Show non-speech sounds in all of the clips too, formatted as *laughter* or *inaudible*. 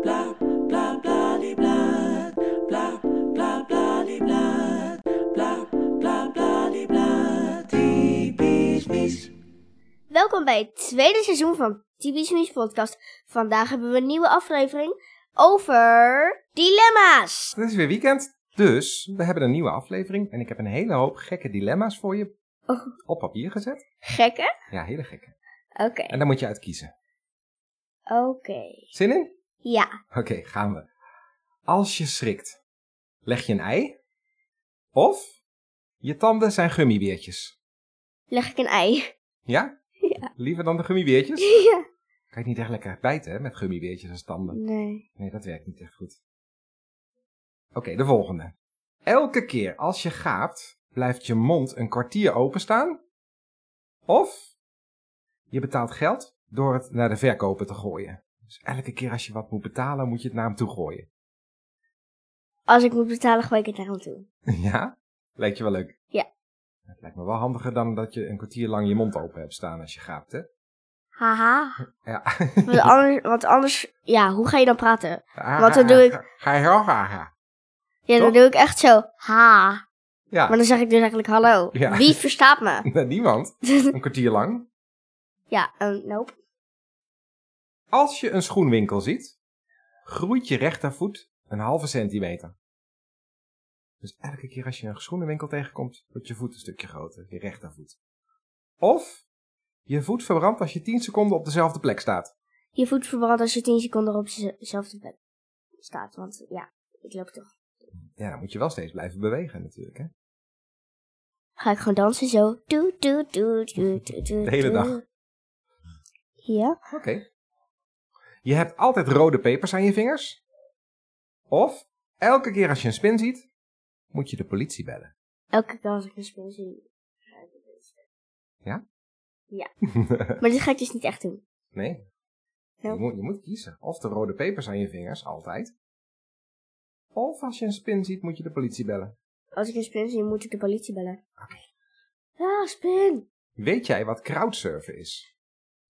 bla bla bla die bla bla bla bla die bla bla bla bla die bla typisch mies. Welkom bij het tweede seizoen van Typisch Mies Podcast. Vandaag hebben we een nieuwe aflevering over dilemma's. Het is weer weekend, dus we hebben een nieuwe aflevering. En ik heb een hele hoop gekke dilemma's voor je Oh. op papier gezet. Gekke? Ja, hele gekke. Oké. En daar moet je uit kiezen. Oké. Zin in? Ja. Oké, gaan we. Als je schrikt, leg je een ei? Of je tanden zijn gummibeertjes? Leg ik een ei? Ja? Liever dan de gummibeertjes? *laughs* ja. Kan je niet echt lekker bijten hè, met gummibeertjes als tanden? Nee. Nee, dat werkt niet echt goed. Oké, de volgende. Elke keer als je gaapt, blijft je mond een kwartier openstaan. Of je betaalt geld door het naar de verkoper te gooien. Dus elke keer als je wat moet betalen, moet je het naar hem toe gooien. *laughs* Als ik moet betalen, gooi ik het naar hem toe. ja? Lijkt je wel leuk? Ja. Het lijkt me wel handiger dan dat je een kwartier lang je mond open hebt staan als je gaapt, hè? *laughs* Haha. Ja. Want anders, want anders, ja, hoe ga je dan praten? Wat dan doe ik- Ah, Ga je ga. Ja, dan Toch? doe ik echt zo, ha. Maar *laughs* Ja, dan zeg ik dus eigenlijk hallo. Ja. Wie verstaat *laughs* me? niemand. Een kwartier lang. ja, ehm, nope. Als je een schoenwinkel ziet, groeit je rechtervoet een halve centimeter. Dus elke keer als je een schoenenwinkel tegenkomt, wordt je voet een stukje groter, je rechtervoet. Of je voet verbrandt als je 10 seconden op dezelfde plek staat. Je voet verbrandt als je 10 seconden op dezelfde plek staat. Want ja, ik loop toch. Ja, dan moet je wel steeds blijven bewegen natuurlijk. Hè? Ga ik gewoon dansen zo. Doe, doe, doe, doe, doe, doe, De hele doe. dag. Ja. Oké. Je hebt altijd rode pepers aan je vingers. Of elke keer als je een spin ziet, moet je de politie bellen. Elke keer als ik een spin zie. ga ik het dus doen. Ja? *laughs* Ja. Maar dit ga ik dus niet echt doen. nee, Je, Nope. moet, je moet kiezen. Of de rode pepers aan je vingers, altijd. Of als je een spin ziet, moet je de politie bellen. Als ik een spin zie, moet ik de politie bellen. Ja, spin! Weet jij wat crowdsurfen is?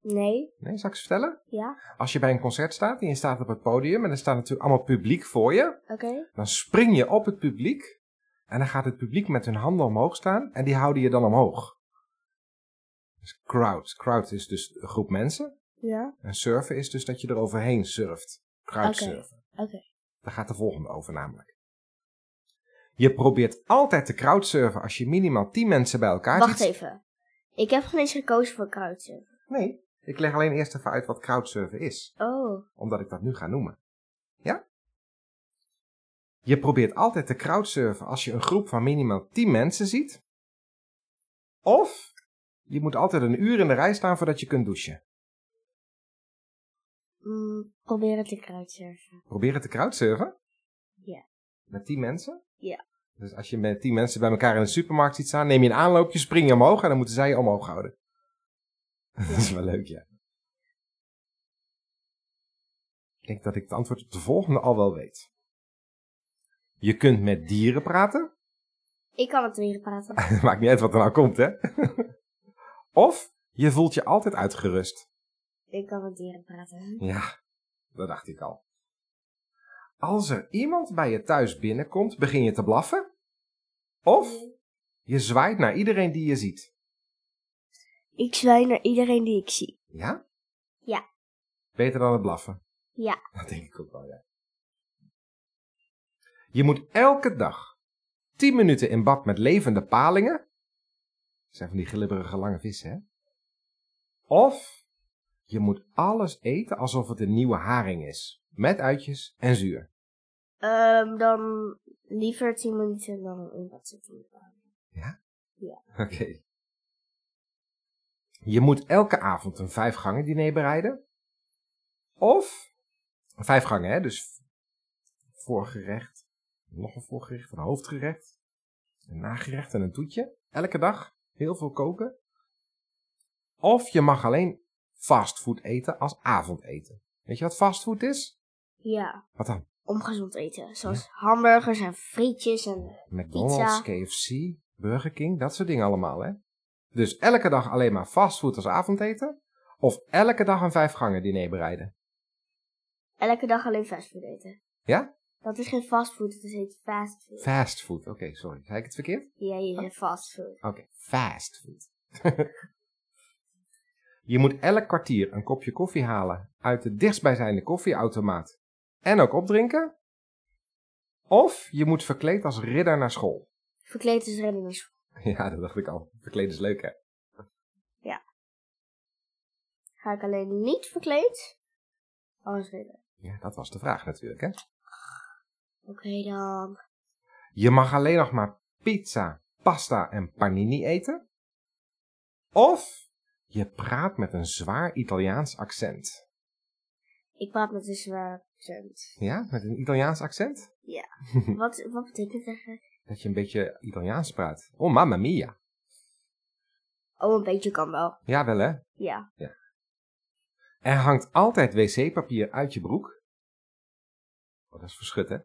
Nee. Nee, zal ik ze vertellen? Ja. Als je bij een concert staat en je staat op het podium en er staat natuurlijk allemaal publiek voor je, Oké. dan spring je op het publiek en dan gaat het publiek met hun handen omhoog staan en die houden je dan omhoog. Dus crowd. Crowd is dus een groep mensen Ja. en surfen is dus dat je er overheen surft. Crowdsurfen. Oké. Daar gaat de volgende over namelijk. Je probeert altijd te crowdsurfen als je minimaal 10 mensen bij elkaar Wacht ziet. even. Ik heb geen eens gekozen voor crowdsurfen. Nee, ik leg alleen eerst even uit wat crowdsurfen is, Oh. omdat ik dat nu ga noemen. Ja? Je probeert altijd te crowdsurfen als je een groep van minimaal 10 mensen ziet. Of je moet altijd een uur in de rij staan voordat je kunt douchen. Mm, probeer het te crowdsurfen. Proberen te crowdsurfen? Ja. Met 10 mensen? Ja. Dus als je met 10 mensen bij elkaar in de supermarkt ziet staan, neem je een aanloopje, spring je omhoog en dan moeten zij je omhoog houden. *laughs* dat is wel leuk, ja. Ik denk dat ik het antwoord op de volgende al wel weet. Je kunt met dieren praten. *laughs* Ik kan het weer praten. Maakt niet uit wat er nou komt, hè? *laughs* of je voelt je altijd uitgerust. Ik kan met dieren praten. Ja, dat dacht ik al. Als er iemand bij je thuis binnenkomt, begin je te blaffen? Of je zwaait naar iedereen die je ziet? Ik zwaai naar iedereen die ik zie. Ja? Ja. Beter dan het blaffen? Ja. *laughs* Dat denk ik ook wel, ja. Je moet elke dag 10 minuten in bad met levende palingen. Dat zijn van die glibberige lange vissen, hè? Of je moet alles eten alsof het een nieuwe haring is. Met uitjes en zuur. Ehm, dan liever 10 minuten dan in wat zitten. Oké. Je moet elke avond een vijfgangen diner bereiden. Of, vijf gangen hè, dus voorgerecht, nog een voorgerecht, een hoofdgerecht, een nagerecht en een toetje. Elke dag, heel veel koken. Of je mag alleen fastfood eten als avondeten. Weet je wat fastfood is? Ja. Wat dan? Om gezond eten. Zoals hamburgers en frietjes en... McDonald's, KFC, Burger King, dat soort dingen allemaal, hè? Dus elke dag alleen maar fastfood als avondeten? Of elke dag een vijfgangen diner bereiden? elke dag alleen fastfood eten. Ja? Dat is geen fastfood, dat heet fastfood. Fastfood. Oké, sorry. Zei ik het verkeerd? ja, je zegt fastfood. Oké, fastfood. *laughs* je moet elk kwartier een kopje koffie halen uit de dichtstbijzijnde koffieautomaat en ook opdrinken. Of je moet verkleed als ridder naar school. *laughs* Verkleed is reddings. Ja, dat dacht ik al. Verkleed is leuk, hè? Ga ik alleen niet verkleed? Als ridder. Ja, dat was de vraag natuurlijk, hè? Oké dan. Je mag alleen nog maar pizza, pasta en panini eten. Of je praat met een zwaar Italiaans accent. Ik praat met een zwaar *laughs* accent. Ja, met een Italiaans accent? Wat, wat betekent dat? eigenlijk? Dat je een beetje Italiaans praat. Oh, mamma mia. Oh, een beetje kan wel. Jawel, hè? Ja. Er hangt altijd wc-papier uit je broek. Oh, dat is verschut, hè?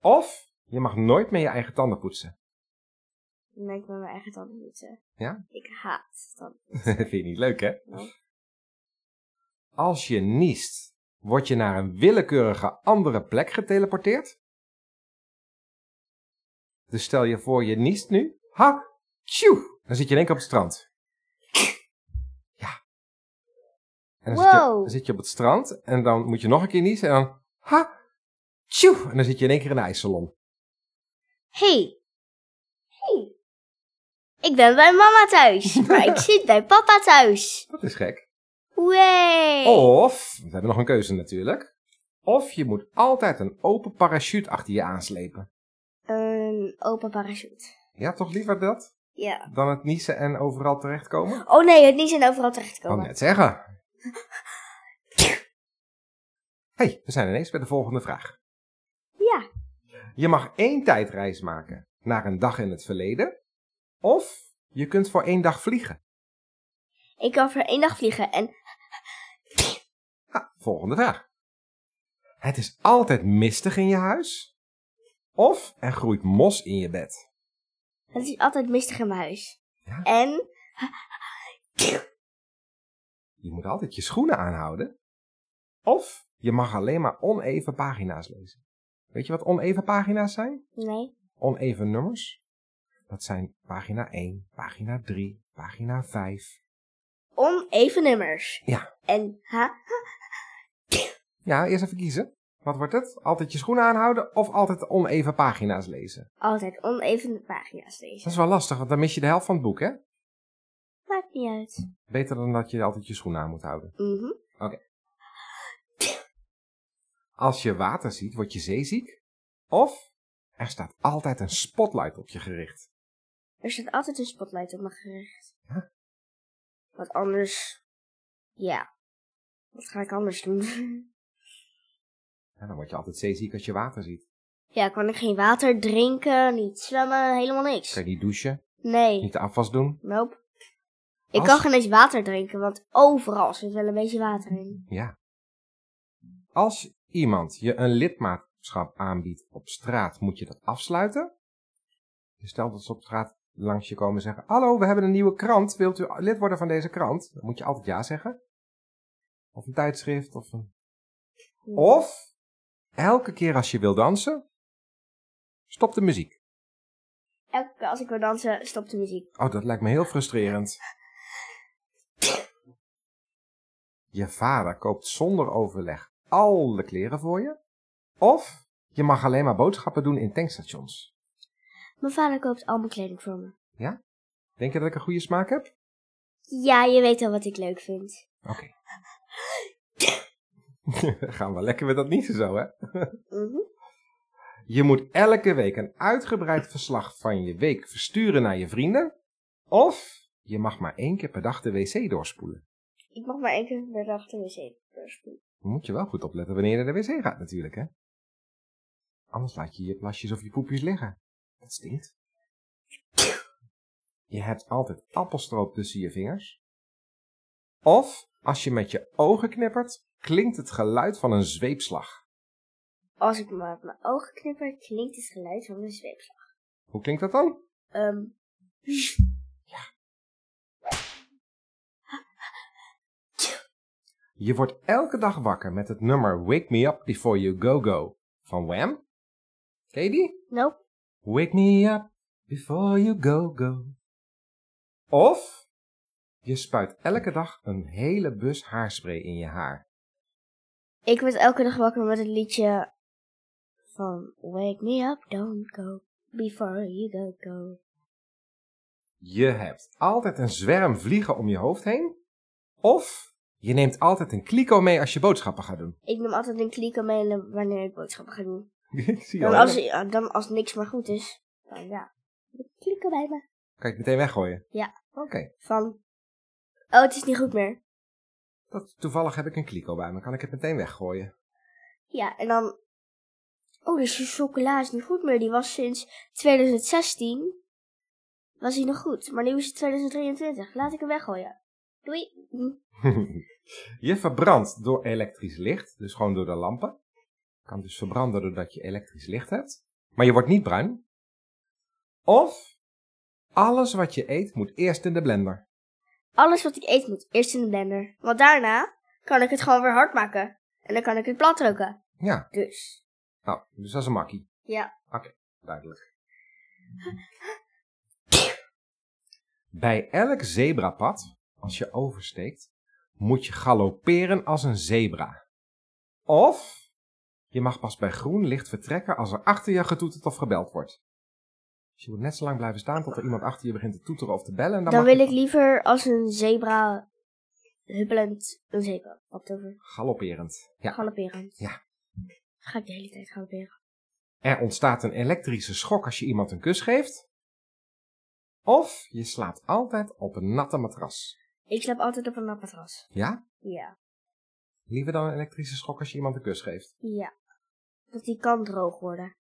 Of je mag nooit meer je eigen tanden poetsen. Dan ben ik met mijn eigen tanden poetsen. Ja? Ik haat tanden. dat *laughs* vind je niet leuk, hè? Nee. Als je niest, word je naar een willekeurige andere plek geteleporteerd. Dus stel je voor, je niest nu. Ha! Tjoe! Dan zit je in één keer op het strand. Ja. En dan, zit je, Wow. dan zit je op het strand en dan moet je nog een keer niezen en dan... Ha! Tjoe! En dan zit je in één keer in een ijssalon. Hey. Hey. Ik ben bij mama *laughs* thuis, maar ik zit bij papa thuis. Dat is gek. Wee. Oh. Of, we hebben nog een keuze natuurlijk. Of je moet altijd een open parachute achter je aanslepen. Een open parachute. Ja, toch liever dat? Ja. Dan het niezen en overal terechtkomen? Oh nee, het niet zijn overal Kan terechtkomen. net zeggen. hey, we zijn ineens bij de volgende vraag. Ja. Je mag één tijdreis maken naar een dag in het verleden. Of je kunt voor één dag vliegen. Ik kan voor één dag vliegen en Ha, volgende vraag. Het is altijd mistig in je huis. Of er groeit mos in je bed. het is altijd mistig in mijn huis. Ja. En Je moet altijd je schoenen aanhouden. Of je mag alleen maar oneven pagina's lezen. Weet je wat oneven pagina's zijn? nee, Oneven nummers. Dat zijn pagina 1, pagina 3, pagina 5. oneven nummers. Ja. En ha, Ja, eerst even kiezen. Wat wordt het? Altijd je schoenen aanhouden of altijd oneven pagina's lezen? altijd oneven pagina's Dat lezen. is wel lastig, want dan mis je de helft van het boek, hè? Maakt niet uit. Beter dan dat je altijd je schoenen aan moet houden. Mhm. Als je water ziet, word je zeeziek. Of er staat altijd een spotlight op je gericht. Er staat altijd een spotlight op mijn gericht. Ja. Want anders, ja. Wat ga ik anders doen? *laughs* Ja, dan word je altijd zeeziek als je water ziet. ja, kan ik geen water drinken, niet zwemmen, helemaal niks. Kan je niet douchen, Nee, niet de afwas doen. nope. Ik Als- kan geen eens water drinken, want overal zit wel een beetje water in. Ja. Als iemand je een lidmaatschap aanbiedt op straat, moet je dat afsluiten. Dus stel dat ze op straat langs je komen en zeggen: Hallo, we hebben een nieuwe krant. Wilt u lid worden van deze krant? Dan moet je altijd ja zeggen. Of een tijdschrift. Of, een... of elke keer als je wil dansen, stop de muziek. Elke keer als ik wil dansen, stopt de muziek. Oh, dat lijkt me heel frustrerend. Je vader koopt zonder overleg alle kleren voor je. Of je mag alleen maar boodschappen doen in tankstations. Mijn vader koopt al mijn kleding voor me. Denk je dat ik een goede smaak heb? Ja, je weet al wat ik leuk vind. Oké. *laughs* Gaan we lekker met dat niet zo, hè? Mhm. Je moet elke week een uitgebreid verslag van je week versturen naar je vrienden. Of je mag maar één keer per dag de wc doorspoelen. Ik mag maar één keer per dag de wc doorspoelen. Dan moet je wel goed opletten wanneer je naar de wc gaat natuurlijk, hè? Anders laat je je plasjes of je poepjes liggen. Dat stinkt. Je hebt altijd appelstroop tussen je vingers. Of, als je met je ogen knippert, klinkt het geluid van een zweepslag. Als ik maar met mijn ogen knipper, klinkt het geluid van mijn zweepslag. Hoe klinkt dat dan? Ehm, Je wordt elke dag wakker met het nummer Wake Me Up Before You Go Go van Wham. Ken je die? Nope. Wake me up before you go go. Of je spuit elke dag een hele bus haarspray in je haar. Ik werd elke dag wakker met het liedje van Wake me up, don't go, before you go go. Je hebt altijd een zwerm vliegen om je hoofd heen. Of je neemt altijd een kliko mee als je boodschappen gaat doen. *laughs* Ik neem altijd een kliko mee wanneer ik boodschappen ga doen. Ik zie Dan al, hè? als, ja, dan als niks maar goed is, dan ja. Een Kliko bij me. Kan je het meteen weggooien? Ja. Oké, Van, oh het is niet goed meer. dat, toevallig heb ik een kliko bij me. Kan ik het meteen weggooien? Ja, en dan, oh dus die chocola is niet goed meer. Die was sinds 2016, was die nog goed. Maar nu is het 2023, laat ik hem weggooien. Doei. Hm. *laughs* je verbrandt door elektrisch licht, dus gewoon door de lampen. Kan dus verbranden doordat je elektrisch licht hebt. Maar je wordt niet bruin. Of alles wat je eet moet eerst in de blender. Alles wat ik eet moet eerst in de blender. Want daarna kan ik het gewoon weer hard maken. En dan kan ik het plat drukken. Ja, Dus, nou, dus dat is een makkie. ja. Duidelijk. Bij elk zebrapad, als je oversteekt, moet je galopperen als een zebra. Of je mag pas bij groen licht vertrekken als er achter je getoeterd of gebeld wordt. Dus je moet net zo lang blijven staan tot er iemand achter je begint te toeteren of te bellen. En dan Dan mag wil ik liever als een zebra huppelend een zebra wat over galopperend. Ja. galopperend. Ja. Ga ik de hele tijd galopperen. Er ontstaat een elektrische schok als je iemand een kus geeft. Of je slaapt altijd op een natte matras. Ik slaap altijd op een nat matras. Ja? Ja. Liever dan een elektrische schok als je iemand een kus geeft. Ja. Dat die kan droog worden.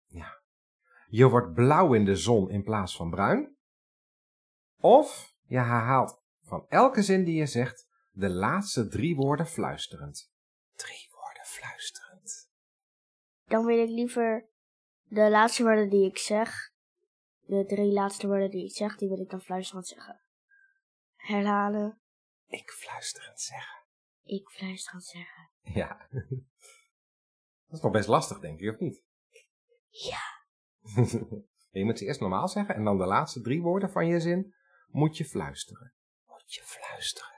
Je wordt blauw in de zon in plaats van bruin. Of je herhaalt van elke zin die je zegt de laatste drie woorden fluisterend. Drie woorden fluisterend. Dan wil ik liever de laatste woorden die ik zeg. De drie laatste woorden die ik zeg, die wil ik dan fluisterend zeggen. Herhalen. Ik fluisterend zeggen. Ik fluisterend zeggen. *laughs* Ja. Dat is nog best lastig, denk ik, of niet? Ja. *laughs* je moet ze eerst normaal zeggen en dan de laatste drie woorden van je zin moet je fluisteren. Moet je fluisteren.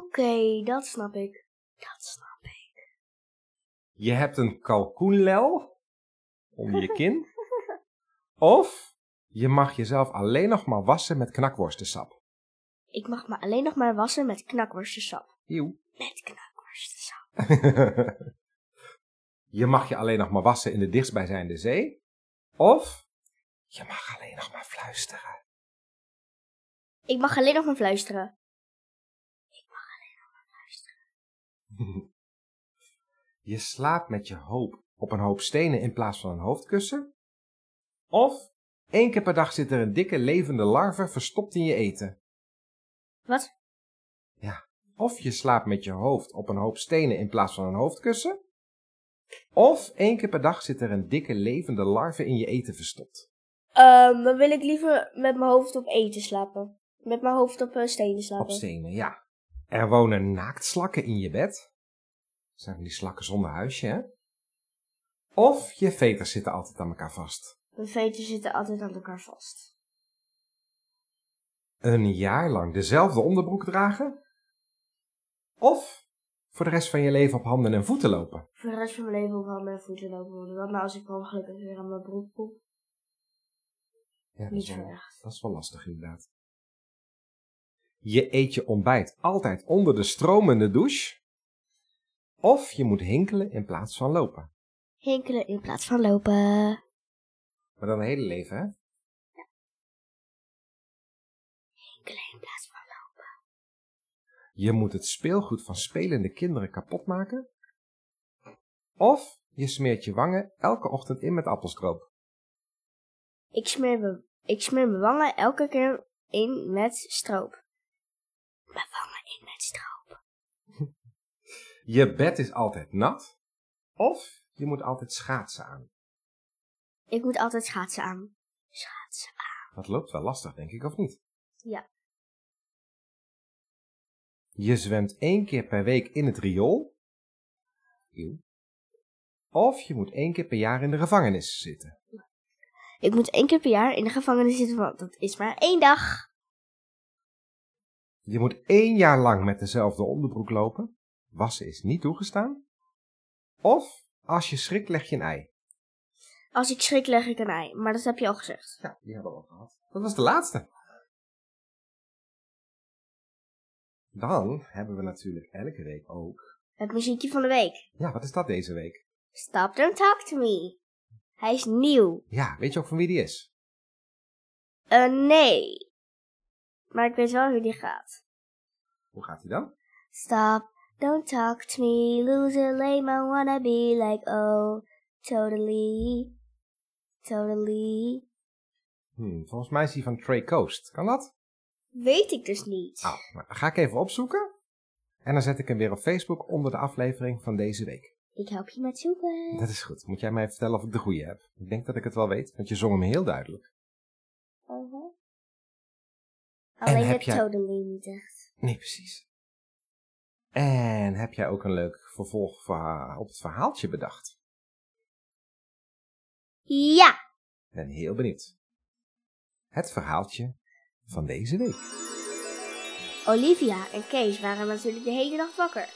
Oké, dat snap ik. Dat snap ik. Je hebt een kalkoenlel onder je *laughs* kin. Of je mag jezelf alleen nog maar wassen met knakworstensap. Ik mag me alleen nog maar wassen met knakworstensap. Eeuw. *laughs* Met knakworstensap. je mag je alleen nog maar wassen in de dichtstbijzijnde zee. Of je mag alleen nog maar fluisteren. Ik mag alleen nog maar fluisteren. *laughs* je slaapt met je hoop op een hoop stenen in plaats van een hoofdkussen. Of één keer per dag zit er een dikke levende larve verstopt in je eten. Wat? Of je slaapt met je hoofd op een hoop stenen in plaats van een hoofdkussen. Of één keer per dag zit er een dikke levende larve in je eten verstopt. Ehm, dan wil ik liever met mijn hoofd op eten slapen. Met mijn hoofd op eh, stenen slapen. Op stenen, ja. Er wonen naaktslakken in je bed. Dat zijn van die slakken zonder huisje, hè? Of je veters zitten altijd aan elkaar vast. Mijn veten zitten altijd aan elkaar vast. Een jaar lang dezelfde onderbroek dragen. Of voor de rest van je leven op handen en voeten lopen. Voor de rest van mijn leven op handen en voeten lopen worden. Wat nou als ik per ongeluk weer aan mijn broek poep? Ja, dat is Niet wel- verwacht. Dat is wel lastig inderdaad. Je eet je ontbijt altijd onder de stromende douche. Of je moet hinkelen in plaats van lopen. Hinkelen in plaats van lopen. Maar dan het hele leven, hè? Hinkelen in plaats van lopen. Je moet het speelgoed van spelende kinderen kapot maken. Of je smeert je wangen elke ochtend in met appelstroop. Ik smeer, me, ik smeer mijn wangen elke keer in met stroop. Mijn wangen in met stroop. Je bed is altijd nat. Of je moet altijd schaatsen aan. Ik moet altijd schaatsen aan. Schaatsen. Dat loopt wel lastig, denk ik, of niet? Ja. Je zwemt één keer per week in het riool. Eeuw. Of je moet één keer per jaar in de gevangenis zitten. Ik moet één keer per jaar in de gevangenis zitten, want dat is maar één dag. Je moet één jaar lang met dezelfde onderbroek lopen. Wassen is niet toegestaan. Of als je schrikt, leg je een ei. Als ik schrik, leg ik een ei. Maar dat heb je al gezegd. Ja, die hebben we al gehad. Dat was de laatste. Dan hebben we natuurlijk elke week ook. Het muziekje van de week. Ja, wat is dat deze week? Stop, don't talk to me. Hij is nieuw. Ja, weet je ook van wie die is? Eh, nee. Maar ik weet wel hoe die gaat. Hoe gaat hij dan? Stop, don't talk to me. Loser, lame, I wanna be like, oh, totally. Totally. Hmm, volgens mij is hij van Trey Coast. Kan dat? Weet ik dus niet. Oh, nou, ga ik even opzoeken. En dan zet ik hem weer op Facebook onder de aflevering van deze week. Ik help je met zoeken. Dat is goed. Moet jij mij vertellen of ik de goede heb? Ik denk dat ik het wel weet, want je zong hem heel duidelijk. Uh-huh. Alleen heb het jij- totally niet echt. Nee, precies. En heb jij ook een leuk vervolg verha- op het verhaaltje bedacht? Ja, Ik ben heel benieuwd. Het verhaaltje van deze week. Olivia en Kees waren natuurlijk de hele nacht wakker.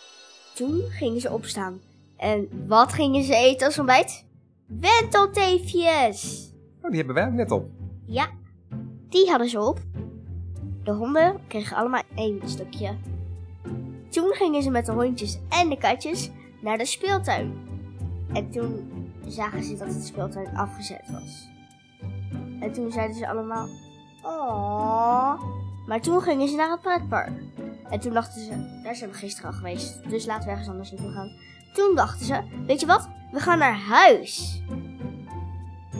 Toen gingen ze opstaan. En wat gingen ze eten als ontbijt? Wentelteefjes! Oh, die hebben wij ook net op. Ja, die hadden ze op. De honden kregen allemaal één stukje. Toen gingen ze met de hondjes en de katjes naar de speeltuin. En toen zagen ze dat het speeltuin afgezet was. En toen zeiden ze allemaal: Oh. Maar toen gingen ze naar het pretpark. En toen dachten ze: Daar zijn we gisteren al geweest, dus laten we ergens anders naartoe gaan. Toen dachten ze: Weet je wat? We gaan naar huis.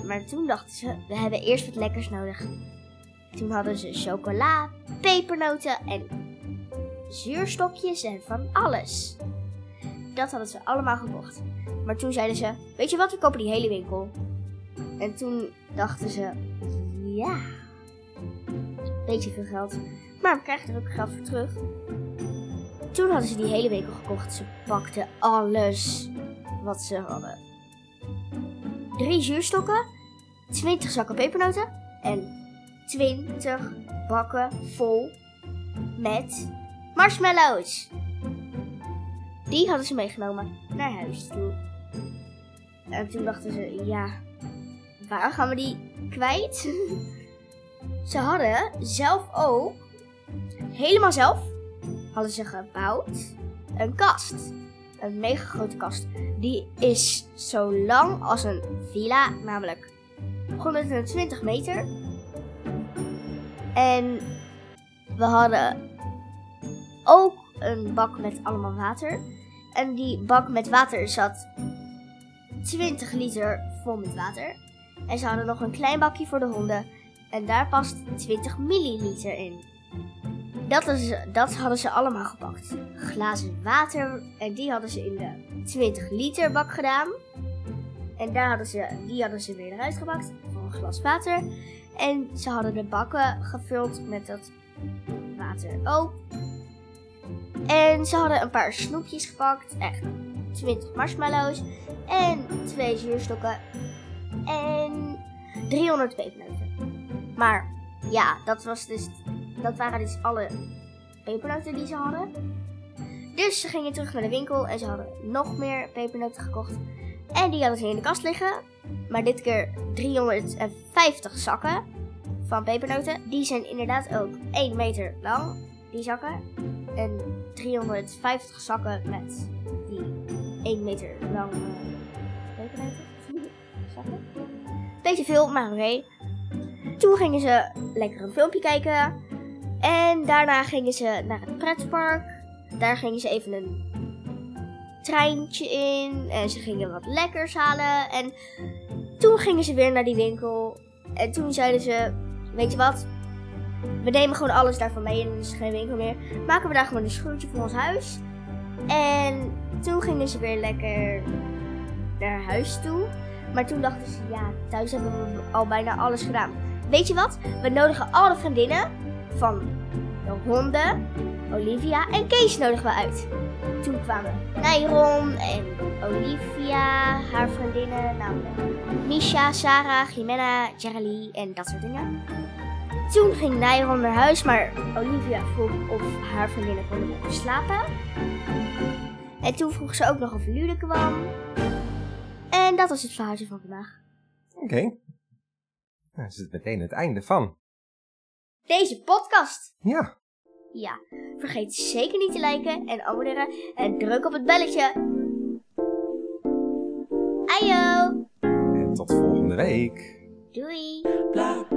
Maar toen dachten ze, we hebben eerst wat lekkers nodig. Toen hadden ze chocola, pepernoten en zuurstokjes en van alles. Dat hadden ze allemaal gekocht. Maar toen zeiden ze, weet je wat, we kopen die hele winkel. En toen dachten ze, ja, beetje veel geld. Maar we krijgen er ook geld voor terug. Toen hadden ze die hele winkel gekocht. Ze pakten alles wat ze hadden. Drie zuurstokken, 20 zakken pepernoten en 20 bakken vol met marshmallows. Die hadden ze meegenomen naar huis toe. En toen dachten ze, ja, waar gaan we die kwijt? ze hadden zelf ook, helemaal zelf, hadden ze gebouwd een kast. Een mega grote kast. Die is zo lang als een villa, namelijk 120 meter. En we hadden ook een bak met allemaal water. En die bak met water zat 20 liter vol met water. En ze hadden nog een klein bakje voor de honden. En daar past 20 milliliter in. Dat, is, dat hadden ze allemaal gepakt. Glazen water. En die hadden ze in de 20 liter bak gedaan. En daar hadden ze, die hadden ze weer eruit gepakt voor een glas water. En ze hadden de bakken gevuld met dat water ook. En ze hadden een paar snoepjes gepakt. Echt 20 marshmallows. En twee zuurstokken. En 300 pepernoten. Maar ja, dat, was dus, dat waren dus alle pepernoten die ze hadden. Dus ze gingen terug naar de winkel en ze hadden nog meer pepernoten gekocht. En die hadden ze in de kast liggen. Maar dit keer 350 zakken van pepernoten. Die zijn inderdaad ook 1 meter lang, die zakken. En 350 zakken met die 1 meter lange pepernoten. *laughs* Zakken. Beetje veel, maar oké. Toen gingen ze lekker een filmpje kijken. En daarna gingen ze naar het pretpark. Daar gingen ze even een treintje in en ze gingen wat lekkers halen. En toen gingen ze weer naar die winkel. En toen zeiden ze: Weet je wat? We nemen gewoon alles daarvan mee en dan is er geen winkel meer. Maken we daar gewoon een schuurtje voor ons huis. En toen gingen ze weer lekker naar huis toe. Maar toen dachten ze: Ja, thuis hebben we al bijna alles gedaan. Weet je wat? We nodigen alle vriendinnen van de honden Olivia en Kees nodigden we uit. Toen kwamen Nairon en Olivia, haar vriendinnen, namelijk Misha, Sarah, Jimena, Jerry en dat soort dingen. Toen ging Nairon naar huis, maar Olivia vroeg of haar vriendinnen konden blijven slapen. En toen vroeg ze ook nog of Lude kwam. En dat was het verhaaltje van vandaag. Oké. Nou, is het meteen het einde van. Deze podcast! Ja, Ja, vergeet zeker niet te liken en abonneren en druk op het belletje. Ajo, en tot volgende week. doei! blah